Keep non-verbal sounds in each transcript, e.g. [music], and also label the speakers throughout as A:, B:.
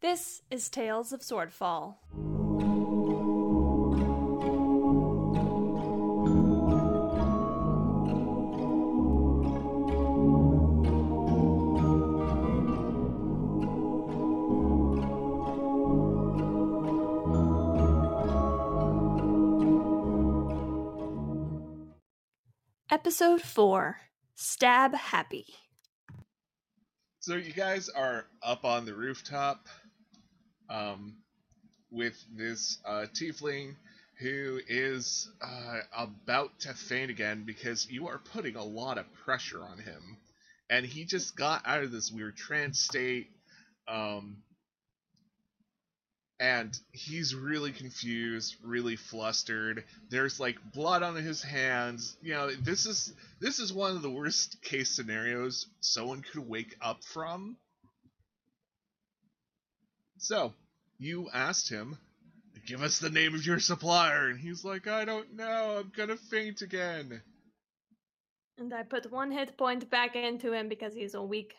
A: This is Tales of Swordfall. Episode 4 Stab Happy.
B: So you guys are up on the rooftop um, with this uh, tiefling who is uh, about to faint again because you are putting a lot of pressure on him. And he just got out of this weird trance state. Um, and he's really confused, really flustered. There's like blood on his hands. You know, this is this is one of the worst case scenarios someone could wake up from. So, you asked him, give us the name of your supplier, and he's like, I don't know, I'm gonna faint again.
A: And I put one hit point back into him because he's a weak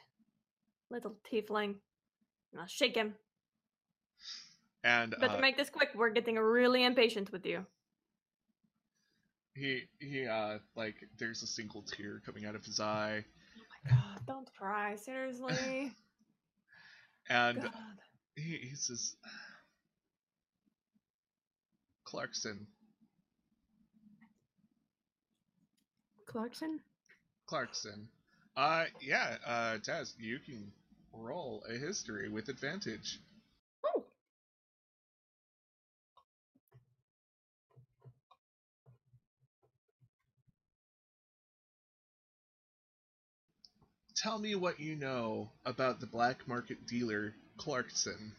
A: little tiefling. And I'll shake him.
B: And
A: But
B: uh,
A: to make this quick, we're getting really impatient with you.
B: he he uh like there's a single tear coming out of his eye,
A: God, [sighs] don't
B: [laughs]
A: cry, seriously.
B: and
A: God.
B: he, he says, Clarkson,
A: Clarkson?
B: Clarkson. Uh, yeah, uh, Taz, you can roll a history with advantage.
A: Oh.
B: Tell me what you know about the black market dealer Clarkson.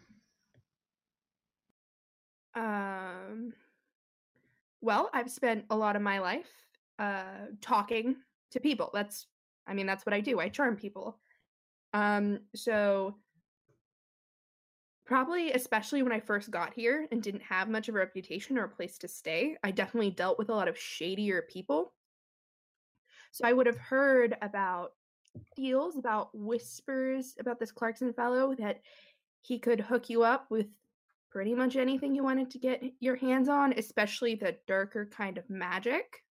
C: Um, well, I've spent a lot of my life uh, talking to people. That's, I mean, that's what I do. I charm people. Um, so probably, especially when I first got here and didn't have much of a reputation or a place to stay, I definitely dealt with a lot of shadier people. So I would have heard about deals, about whispers about this Clarkson fellow that he could hook you up with pretty much anything you wanted to get your hands on, especially the darker kind of magic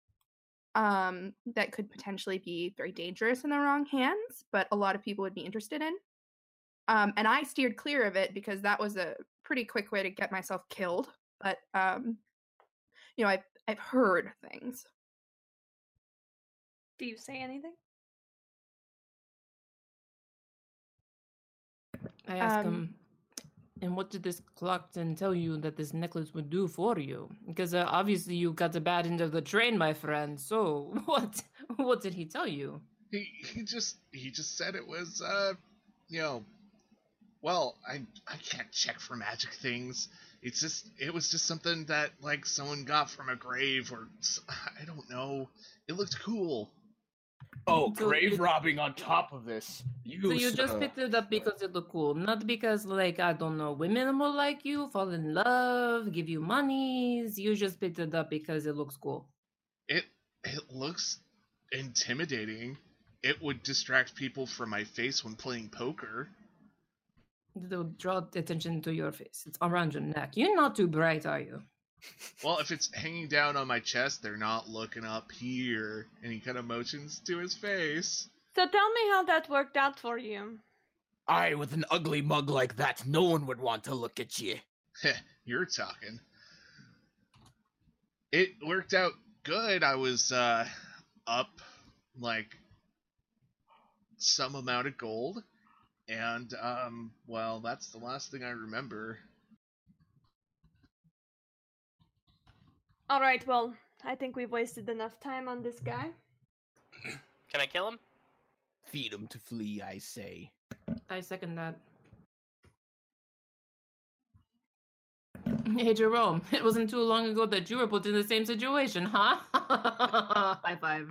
C: um, that could potentially be very dangerous in the wrong hands, but a lot of people would be interested in. Um, and I steered clear of it because that was a pretty quick way to get myself killed. But um, you know, I've I've heard things.
A: Do you say anything?
D: I
C: Um,
D: ask him, and what did this Clarkson tell you that this necklace would do for you? Because uh, obviously you got the bad end of the train, my friend. So [laughs] what? What did he tell you?
B: He he just he just said it was uh you know well I I can't check for magic things. It's just it was just something that like someone got from a grave or s- I don't know. It looked cool.
E: Oh,
D: So
E: grave
D: you-
E: robbing on top of this. You, uh,
D: So you just
E: sir.
D: picked it up because it looked cool, not because like I don't know, women will like you, fall in love, give you monies. You just picked it up because it looks cool.
B: It it looks intimidating. It would distract people from my face when playing poker.
D: It'll draw attention to your face. It's around your neck. You're not too bright, are you?
B: Well, if it's hanging down on my chest, they're not looking up here. And he kind of motions to his face.
A: So tell me how that worked out for you.
E: I, with an ugly mug like that, no one would want to look at you.
B: Heh, You're talking. It worked out good. I was uh, up like some amount of gold, and um, well, that's the last thing I remember.
A: Alright, well, I think we've wasted enough time on this guy. [laughs]
F: Can I kill him?
E: Feed 'em to flee, I say.
D: I second [laughs] that. Hey Jerome, it wasn't too long ago that you were put in the same situation, huh? [laughs] High five.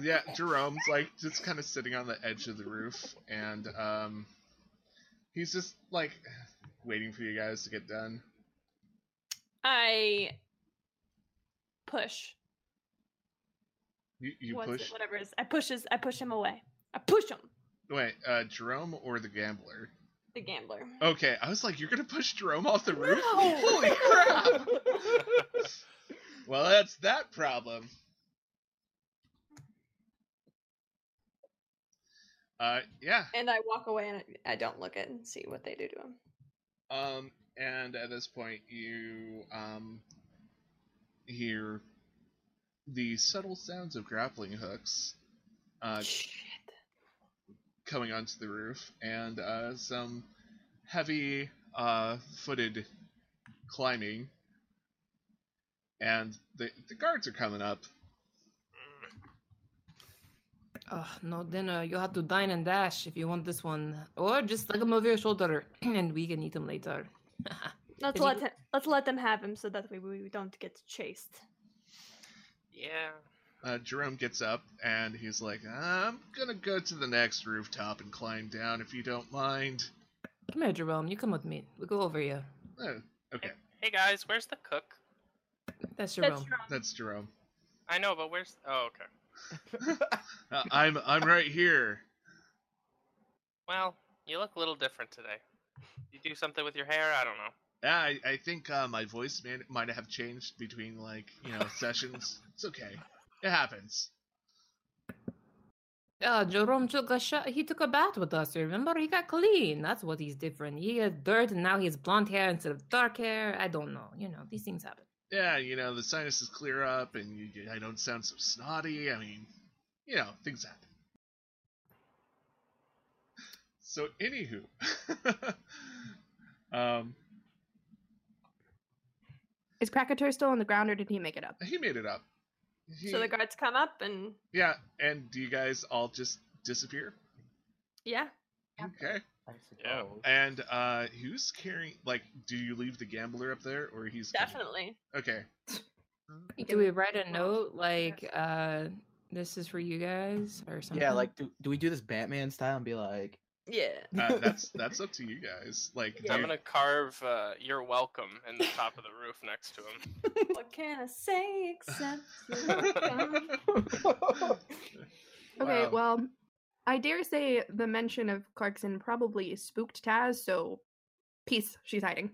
B: Yeah, Jerome's like just kind of sitting on the edge of the roof, and um, he's just like waiting for you guys to get done.
A: I push.
B: You, you
A: What's it-
B: push.
A: whatever it is. I pushes I push him away. I push him.
B: Wait, uh, Jerome or the gambler?
A: the gambler.
B: Okay, I was like, you're gonna push Jerome off the roof?
C: No!
B: [laughs] Holy crap! well, that's that problem. Uh, yeah.
A: And I walk away and I- I don't look at and see what they do to him.
B: Um, and at this point, you um hear the subtle sounds of grappling hooks uh,
A: Shit.
B: coming onto the roof, and uh, some heavy uh, footed climbing. And the the guards are coming up.
D: Oh, no dinner. You'll have to dine and dash if you want this one. Or just slug him over your shoulder [clears throat] and we can eat him later. [laughs]
A: Let's
D: Is he-
A: let him, let's let them have him so that we, we don't get chased.
F: Yeah.
B: Uh, Jerome gets up and he's like, "I'm gonna go to the next rooftop and climb down if you don't mind."
D: come here, Jerome. You come with me. We'll go over here.
B: Uh, okay,
F: Hey guys, where's the cook?
D: That's Jerome.
A: That's wrong.
B: that's Jerome.
F: I know, but where's? Oh, okay.
B: Uh, I'm I'm right here.
F: Well, you look a little different today. You do something with your hair? I don't know.
B: Yeah, I, I think uh, my voice may, might have changed between like you know sessions. It's okay. It happens.
D: Yeah, Ah, Jerome took a shot. He took a bath with us. you Remember, he got clean. That's what he's different. He had dirt, and now he has blonde hair instead of dark hair. I don't know. You know, these things happen.
B: Yeah, you know the sinuses clear up, and you, I don't sound so snotty. I mean, you know things happen. [laughs] So anywho, [laughs] um,
C: Is Krakatoa still on the ground, or did he
B: [laughs]
C: make it up?
B: he made it up. He,
A: So the guards come up and
B: yeah, and do you guys all just disappear?
A: yeah,
B: Okay.
G: I
F: Yeah.
G: suppose.
B: And uh who's carrying? Like, do you leave the gambler up there, or he's
A: definitely.
B: okay?
C: He
D: Do we
C: can-
D: write a
C: Well,
D: note like, uh, "This is for you guys" or something?
G: Yeah, like do, do we do this Batman style and be like
A: Yeah.
B: uh, that's that's up to you guys. Like,
F: I'm
B: do-
F: gonna carve uh, "You're welcome" in the top of the roof next to him.
A: [laughs] what can I say except
B: [laughs]
A: you're welcome?
C: [laughs] Okay,
B: [laughs] Wow.
C: well, I dare say the mention of Clarkson probably spooked Taz, so peace. She's hiding.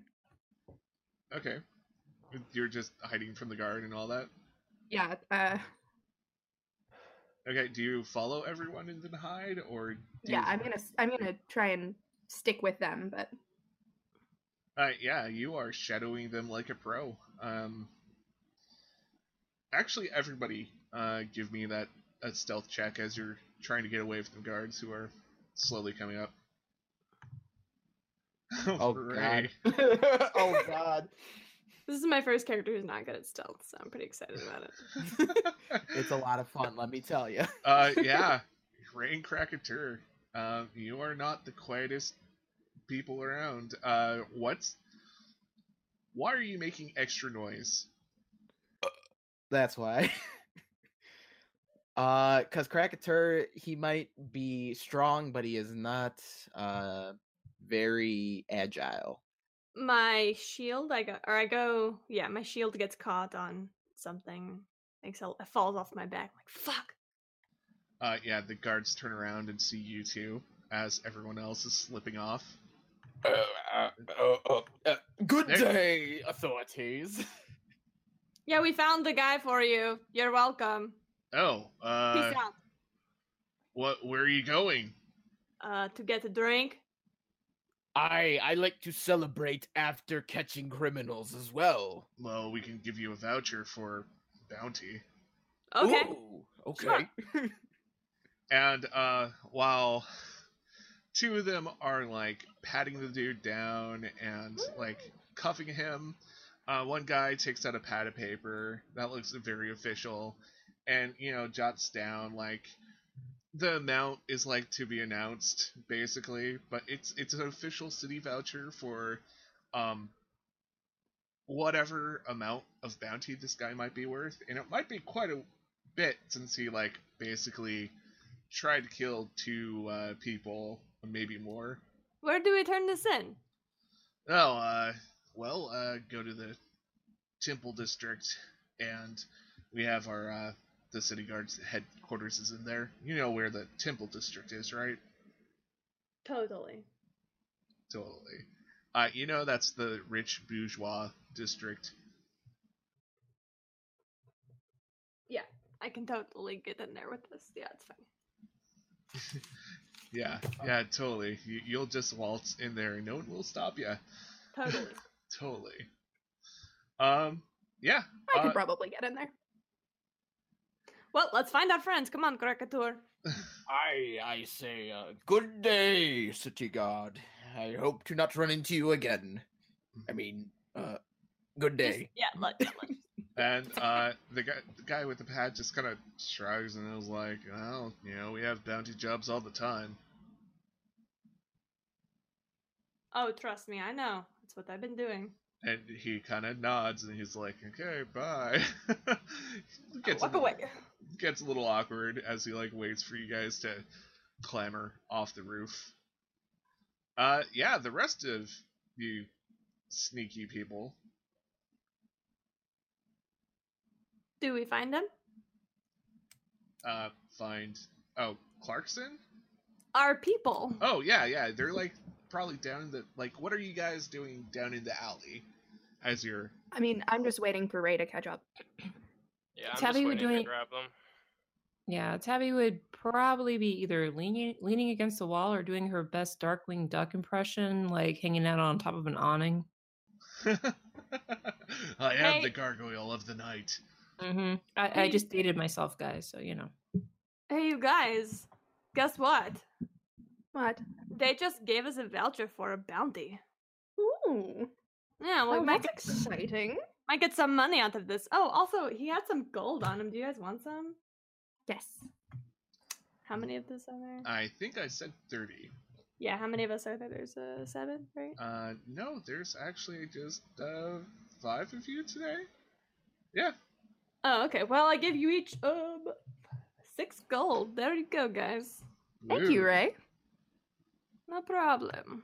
B: okay, you're just hiding from the guard and all that.
C: Yeah. Uh,
B: Okay, do you follow everyone and then hide, or do
C: yeah.
B: You...
C: I'm gonna. s- I'm gonna try and stick with them, but
B: Uh, yeah, you are shadowing them like a pro. Um, actually, everybody, uh, give me that a stealth check as you're trying to get away from the guards who are slowly coming up. [laughs]
G: [laughs] Oh
B: Hooray.
G: god. [laughs]
B: [laughs]
G: oh god.
A: This is my first character who's not good at stealth, so I'm pretty excited about it.
B: [laughs]
G: It's a lot of fun, let me tell you.
A: [laughs]
B: Uh, yeah, Rain Crackateur. Um, you are not the quietest people around. Uh, what's? Why are you making extra noise?
G: [laughs] That's why. [laughs] uh, cause Krakatur, he might be strong, but he is not uh very agile.
A: My shield, I go, or I go, yeah, my shield gets caught on something. Makes it, it falls off my back. like, fuck.
B: Uh, yeah, the guards turn around and see you two as everyone else is slipping off.
E: Uh,
G: good
B: There-
G: day, authorities.
A: Yeah, we found the guy for you. You're welcome.
B: Oh, uh,
A: Peace out.
B: what? Where are you going?
A: Uh, to get a drink.
E: I I like to celebrate after catching criminals as well.
B: Well, we can give you a voucher for bounty.
A: Okay.
E: Ooh,
A: Sure.
E: okay.
B: And uh, while two of them are like patting the dude down and like cuffing him, uh, one guy takes out a pad of paper that looks very official, and you know jots down like the amount is like to be announced basically, but it's it's an official city voucher for um whatever amount of bounty this guy might be worth, and it might be quite a bit since he like basically tried to kill two uh, people, maybe more.
A: Where do we turn this in?
B: Oh, uh, well, uh, go to the temple district, and we have our uh, the city guards headquarters is in there. You know where the temple district is, right?
A: Totally.
B: totally. Uh, you know that's the rich bourgeois district.
A: I can totally get in there with this. Yeah, it's fine. [laughs]
B: Yeah, yeah, totally. You, you'll just waltz in there, and no one will stop you.
A: Totally.
B: Totally. Um, yeah.
C: I
B: uh,
C: could probably get in there.
A: well, let's find our friends. Come on, Krakatour.
E: I I say, uh, good day, city guard. I hope to not run into you again. I mean, uh, good
A: Just-
E: day.
A: Yeah, look. [laughs] look.
B: And uh, the guy, the guy with the pad, just kind of shrugs and is like, "Well, you know, we have bounty jobs all the time."
A: oh, trust me, I know. That's what I've been doing.
B: And he kind of nods, and he's like, "Okay, bye." [laughs] gets
A: Walk
B: a little,
A: away.
B: Gets a little awkward as he like waits for you guys to clamber off the roof. Uh, yeah, the rest of you sneaky people.
A: Do we find them?
B: Uh, find oh Clarkson.
A: Our people.
B: Oh yeah, yeah. They're like probably down in the like. What are you guys doing down in the alley? As you're [laughs]
C: I mean, I'm just waiting for Ray to catch up.
F: Yeah, I'm
D: Tabby,
F: just
D: we're
F: waiting
D: doing-
F: to grab them.
D: Yeah, Tabby would probably be either leaning leaning against the wall or doing her best Darkwing Duck impression, like hanging out on top of an awning.
B: I am
A: Hey.
B: the gargoyle of the night.
D: Mm-hmm. I, I
A: Hey.
D: just dated myself, guys, so you know.
A: Hey, you guys. Guess what?
C: What?
A: They just gave us a voucher for a bounty.
C: Ooh,
A: Yeah, well,
C: well,
A: we might
C: Oh, that's
A: get,
C: exciting.
A: might get some money out of this. Oh, also, he had some gold on him. Do you guys want some?
C: Yes.
A: How many of this are there?
B: I think I said thirty.
A: Yeah, how many of us are there? There's uh, seven, right?
B: Uh, no, there's actually just uh five of you today. Yeah,
A: Oh, okay. Well, I give you each um six gold. There you go, guys.
C: Thank you,
B: Woo.
C: Ray.
A: No problem.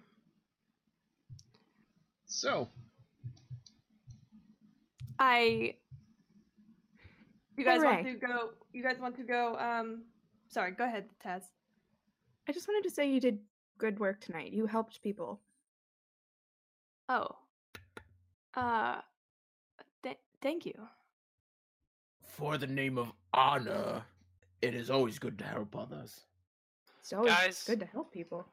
B: So
A: I. You guys want
C: Hooray.
A: to go? You guys want to go? Um, sorry. Go ahead, Taz.
C: I just wanted to say you did good work tonight. You helped people.
A: Oh. Uh. Th- thank you.
E: For the name of honor, it is always good to help others.
C: It's always
F: Guys.
C: good to help people.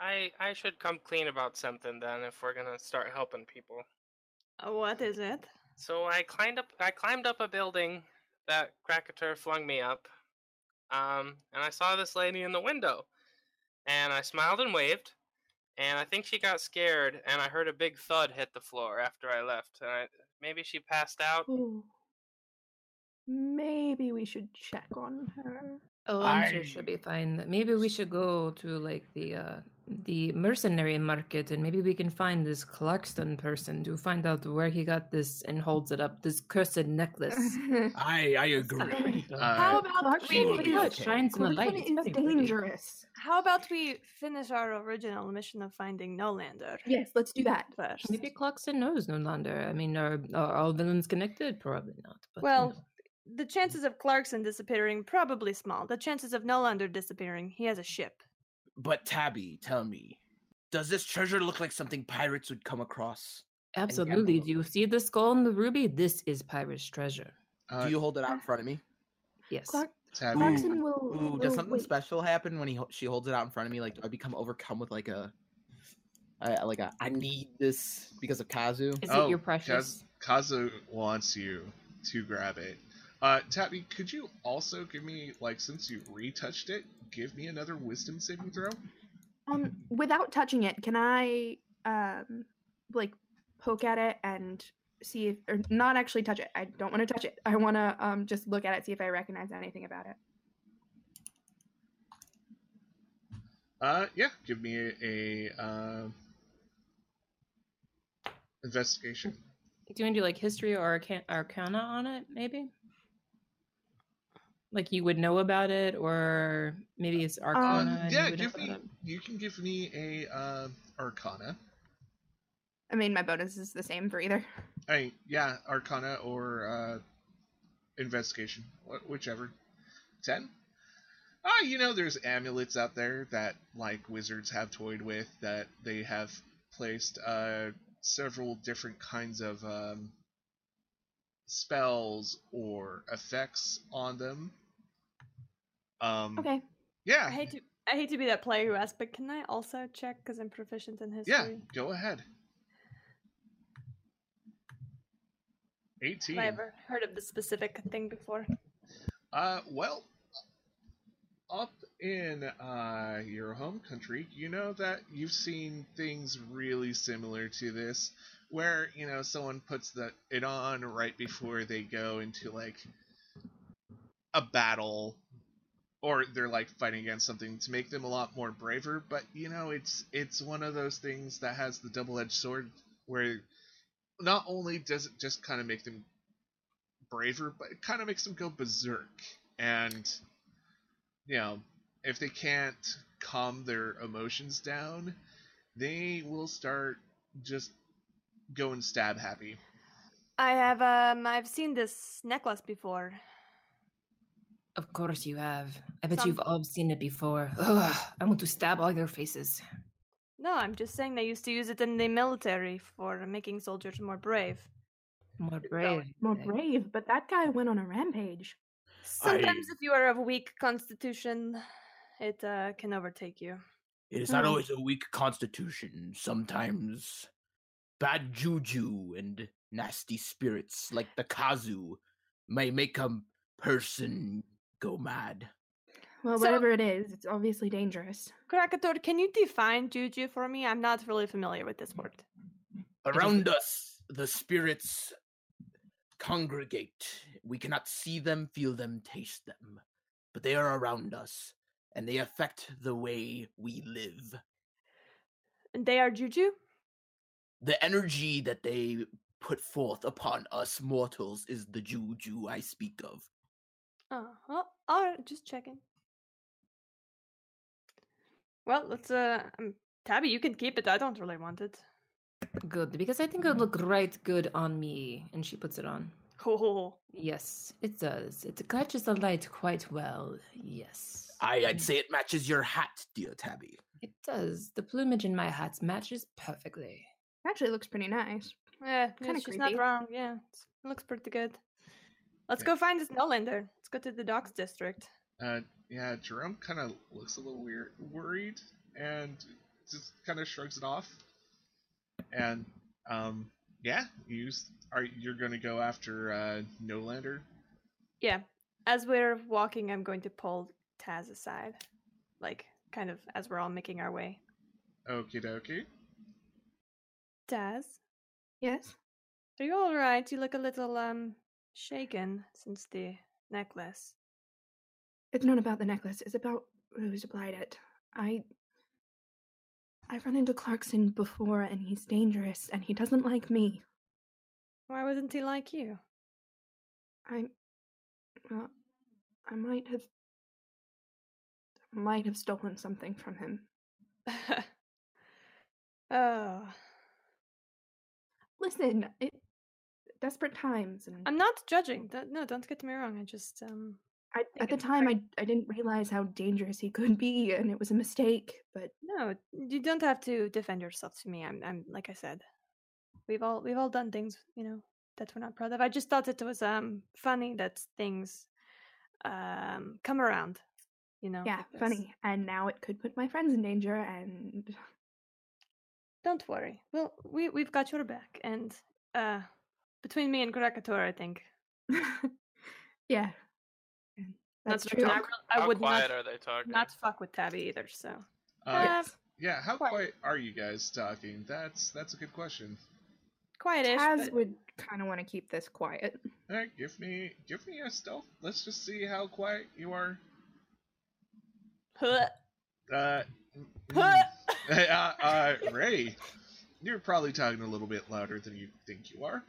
F: I I should come clean about something then if we're gonna start helping people.
A: Uh, What is it?
F: So I climbed up. I climbed up a building that Krakator flung me up, um, and I saw this lady in the window, and I smiled and waved, and I think she got scared, and I heard a big thud hit the floor after I left, and I, maybe she passed out.
C: Ooh. Maybe we should check on her.
D: Oh, I'm sure
E: I-
D: she'll be fine. Maybe we should go to like the uh the mercenary market and maybe we can find this Clarkston person to find out where he got this and holds it up, this
C: [laughs]
D: cursed necklace.
E: I I agree.
B: uh,
A: How about we?
E: we- Clarkson.
D: Look how it
E: okay.
D: shines in the light. It's
C: It's
D: very pretty.
C: dangerous.
A: How about we finish our original mission of finding Nolander
C: Yes, let's do that.
A: first?
D: Maybe Clarkson knows Nolander. I mean, are, are all villains connected? Probably not. But you
A: Well,
D: know.
A: the chances of Clarkson disappearing probably small. The chances of Nolander disappearing, he has a ship.
E: But Tabby, tell me, does this treasure look like something pirates would come across?
D: absolutely.
E: gamble.
D: Do you see the skull and the ruby? This is pirate's treasure.
B: uh,
G: Do you hold it out in front of me?
D: Yes.
C: Clark-
B: Tabby,
C: Clarkson will.
G: Ooh,
C: will
G: does something
C: wait.
G: special happen when he hol- she holds it out in front of me? Like, do I become overcome with like a, I, like a, I need this because of Kazu?
D: is
B: Oh,
D: it your
B: Kaz-
D: precious?
B: Kazu wants you to grab it. Uh, Tabby, could you also give me like since you retouched it, give me another wisdom saving throw?
C: Um, without touching it, can I um, like poke at it and see if, or not actually touch it? I don't want to touch it. I want to um just look at it, see if I recognize anything about it.
B: Uh, yeah, give me a, a uh, investigation.
D: Do you want to do like history or arcan- arcana on it, maybe? Like you would know about it, or maybe it's arcana. and you
B: yeah,
D: would know
B: give
D: about
B: me.
D: it.
B: You can give me a uh, Arcana.
C: I mean, my bonus is the same for either.
B: I yeah, Arcana or uh, investigation, wh- whichever. Ten. Ah, you know, there's amulets out there that like wizards have toyed with that they have placed uh, several different kinds of um, spells or effects on them. Um,
C: Okay.
A: I
B: Yeah.
A: hate to I hate to be that player who asks, but can I also check because I'm proficient in history?
B: yeah. Go ahead. Eighteen.
A: Have I ever heard of this specific thing before?
B: Uh, well, up in uh, your home country, you know that you've seen things really similar to this, where you know someone puts the it on right before they go into like a battle, or they're like fighting against something to make them a lot more braver. But you know, it's it's one of those things that has the double-edged sword, where not only does it just kind of make them braver, but it kind of makes them go berserk. And, you know, if they can't calm their emotions down, they will start just going stab happy.
A: I have um I've seen this necklace before.
D: Of course you have. I bet
A: Some-
D: you've all seen it before. Ugh, I want to stab all your faces.
A: No, I'm just saying they used to use it in the military for making soldiers more brave.
D: More brave.
C: More
D: eh?
C: brave, but that guy went on a rampage.
A: Sometimes if you are of weak constitution, it uh, can overtake you.
E: It is not
C: Hmm.
E: always a weak constitution. Sometimes bad juju and nasty spirits like the Kazu may make a person go mad.
C: Well,
A: So-
C: whatever it is, it's obviously dangerous.
A: Krakator, can you define juju for me? I'm not really familiar with this word.
E: Around us, the spirits congregate. We cannot see them, feel them, taste them, but they are around us, and they affect the way we live.
A: And they are juju?
E: The energy that they put forth upon us mortals is the juju I speak of.
A: Oh, well, all right, just checking. Well, let's, uh, um, Tabby, you can keep it. I don't really want it.
D: Good, because I think it would
E: Mm-hmm.
D: look right good on me. And she puts it on.
A: Ho ho ho.
D: Yes, it does. It catches the light quite well. Yes.
E: I, I'd
D: Mm.
E: say it matches your hat, dear Tabby.
D: It does. The plumage in my hat matches perfectly.
C: Actually, it looks pretty nice.
A: Yeah, yeah,
C: Kinda
A: Eh, she's not
C: creepy.
A: wrong. Yeah, it's- it looks pretty good. Let's
B: Yeah.
A: go find this Nolander. Let's go to the docks district.
B: Uh, yeah, Jerome kind of looks a little weird, worried, and just kind of shrugs it off. And, um, yeah, you s- are you're gonna go after uh, Nolander.
A: Yeah, as we're walking, I'm going to pull Taz aside, like kind of as we're all making our way.
B: Okie dokie.
A: Taz,
C: Yes?
A: are you all right? You look a little um shaken since the necklace.
C: It's not about the necklace. It's about Rose Blighted. I I've run into Clarkson before and he's dangerous and he doesn't like me.
A: Why wasn't he like [laughs] you?
C: I well, I might have might have stolen something from him.
A: oh,
C: Listen, it desperate times and
A: I'm not judging. Don't- No, don't get me wrong. I just um
C: I,
A: think
C: at the
A: it's
C: time I I didn't realize how dangerous he could be and it was a mistake, but
A: No, you don't have to defend yourself to me. I'm, I'm like I said, we've all we've all done things, you know, that we're not proud of. I just thought it was um funny that things um come around, you know.
C: yeah,
A: like this.
C: funny. And now it could put my friends in danger and [laughs]
A: Don't worry. Well, we we've got your back, and uh, between me and Krakator, I think
C: yeah. That's
A: not
C: true.
A: I,
C: I,
A: re- I
F: How
A: would
F: quiet
A: not
F: are they talking?
A: not fuck with Tabby either. So
B: Uh,
A: Uh,
B: Yeah, how
A: Quiet.
B: quiet are you guys talking? That's that's a good question.
A: quietish.
C: Taz
A: but-
C: would kind of want to keep this quiet.
B: All right, give me give me a stealth. Let's just see how quiet you are.
A: Huh.
B: Uh, mm,
A: Huh.
B: [laughs] uh, uh, Ray, you're probably talking a little bit louder than you think you are.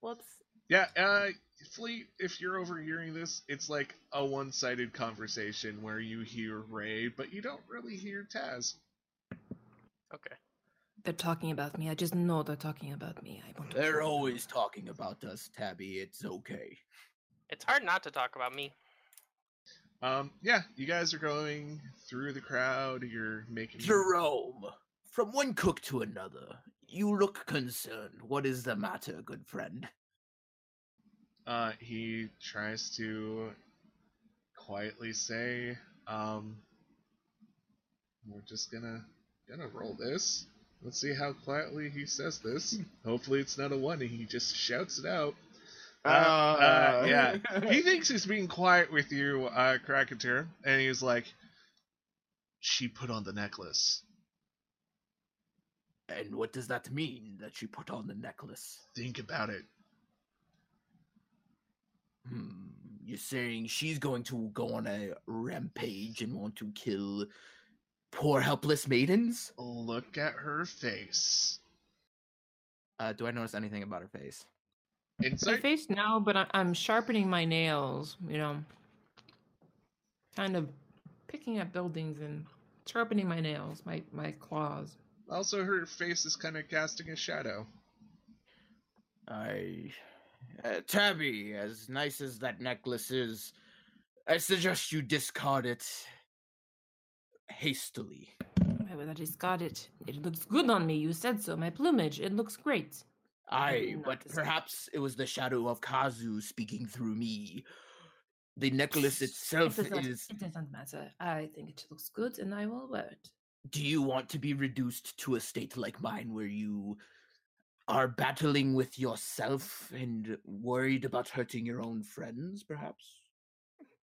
A: Whoops.
B: Yeah, uh, Fleet, if you're overhearing this, it's like a one-sided conversation where you hear Ray, but you don't really hear Taz.
F: Okay.
D: They're talking about me. I just know they're talking about me. I want to
E: They're
D: kill them.
E: always talking about us, Tabby. It's okay.
F: It's hard not to talk about me.
B: Um, yeah, you guys are going through the crowd. You're making
E: Jerome, From one cook to another, you look concerned. What is the matter, good friend?
B: Uh, he tries to quietly say, um, "We're just gonna gonna roll this. Let's see how quietly he says this. Hopefully, it's not a one, and he just shouts it out." Uh, uh,
G: [laughs]
B: yeah. He thinks he's being quiet with you, uh, Cracketeer, and he's like, "She put on the necklace.
E: And what does that mean that she put on the necklace?
B: Think about it."
E: Hmm. You're saying she's going to go on a rampage and want to kill poor helpless maidens?
B: Look at her face.
G: Uh, do I notice anything about her face?
D: My
B: Insight.
D: face now, but I- I'm sharpening my nails, you know. Kind of picking up buildings and sharpening my nails, my, my claws.
B: Also, her face is kind of casting a shadow.
E: I. Uh, Tabby, as nice as that necklace is, I suggest you discard it hastily.
D: Why would I discard it? It looks good on me. You said so. My plumage, it looks great.
E: Aye,
D: not
E: but
D: discuss-
E: perhaps it was the shadow of Kazu speaking through me. The necklace
D: It
E: itself
D: does, not,
E: is.
D: it does not matter. I think it looks good and I will wear it.
E: Do you want to be reduced to a state like mine where you are battling with yourself and worried about hurting your own friends, perhaps?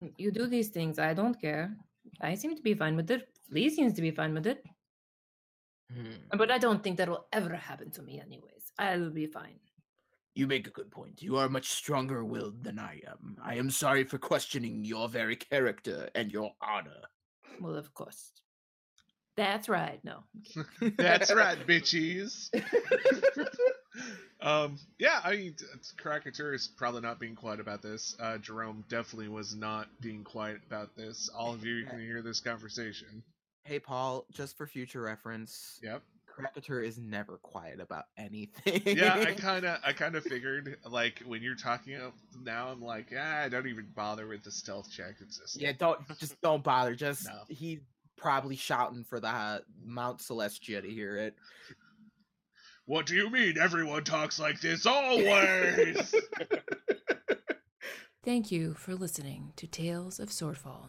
D: Mm, You do these things. I don't care. I seem to be fine with it. Lee seems to be fine with it.
E: Hmm,
D: But I don't think that will ever happen to me, anyways. I'll be fine.
E: You make a good point. You are much stronger willed than I am. I am sorry for questioning your very character and your honor.
D: Well, of course. That's right. No.
G: [laughs]
B: That's right, [laughs] bitches. um, yeah, I mean, t- t- Cracketer is probably not being quiet about this. Uh, Jerome definitely was not being quiet about this. All of you can hear this conversation.
G: Hey, Paul, just for future reference,
B: Yep.
G: Cracketer is never quiet about anything.
B: Yeah, I kind of, I kind of figured like when you're talking up now, I'm like, ah, I don't even bother with the stealth check. It's just
G: [laughs] Yeah, don't just don't bother. Just
B: No.
G: he's probably shouting for the uh, Mount Celestia to hear it.
B: What do you mean? Everyone talks like this always.
D: Thank you for listening to Tales of Swordfall.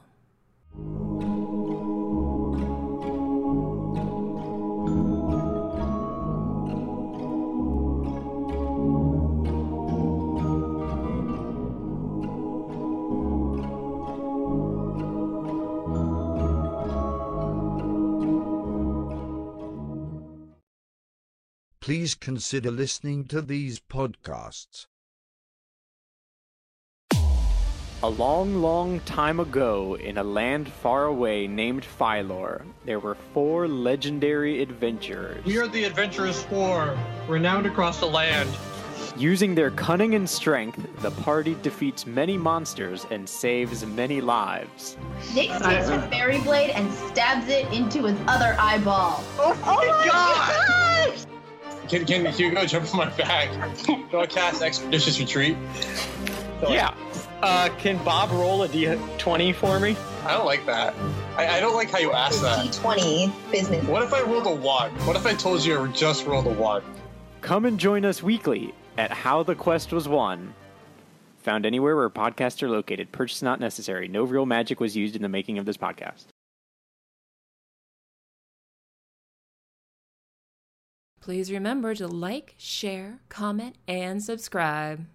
H: Please consider listening to these podcasts.
I: A long, long time ago, in a land far away named Phylor, there were four legendary adventurers.
J: We are the Adventurous Four, renowned across the land.
I: Using their cunning and strength, the party defeats many monsters and saves many lives.
K: Nick takes her fairy blade and stabs it into his other eyeball.
J: Oh,
K: my gosh!
J: Can, can Hugo jump on my back? Do I cast Expeditious Retreat?
I: Yeah.
J: Uh, can Bob roll a d20 for me? I don't like that. I, I don't like how you asked that.
K: T20 business.
J: What if I rolled a one? What if I told you I just rolled a one?
I: Come and join us weekly at How the Quest Was Won. Found anywhere where podcasts are located. Purchase not necessary. No real magic was used in the making of this podcast.
D: Please remember to like, share, comment, and subscribe.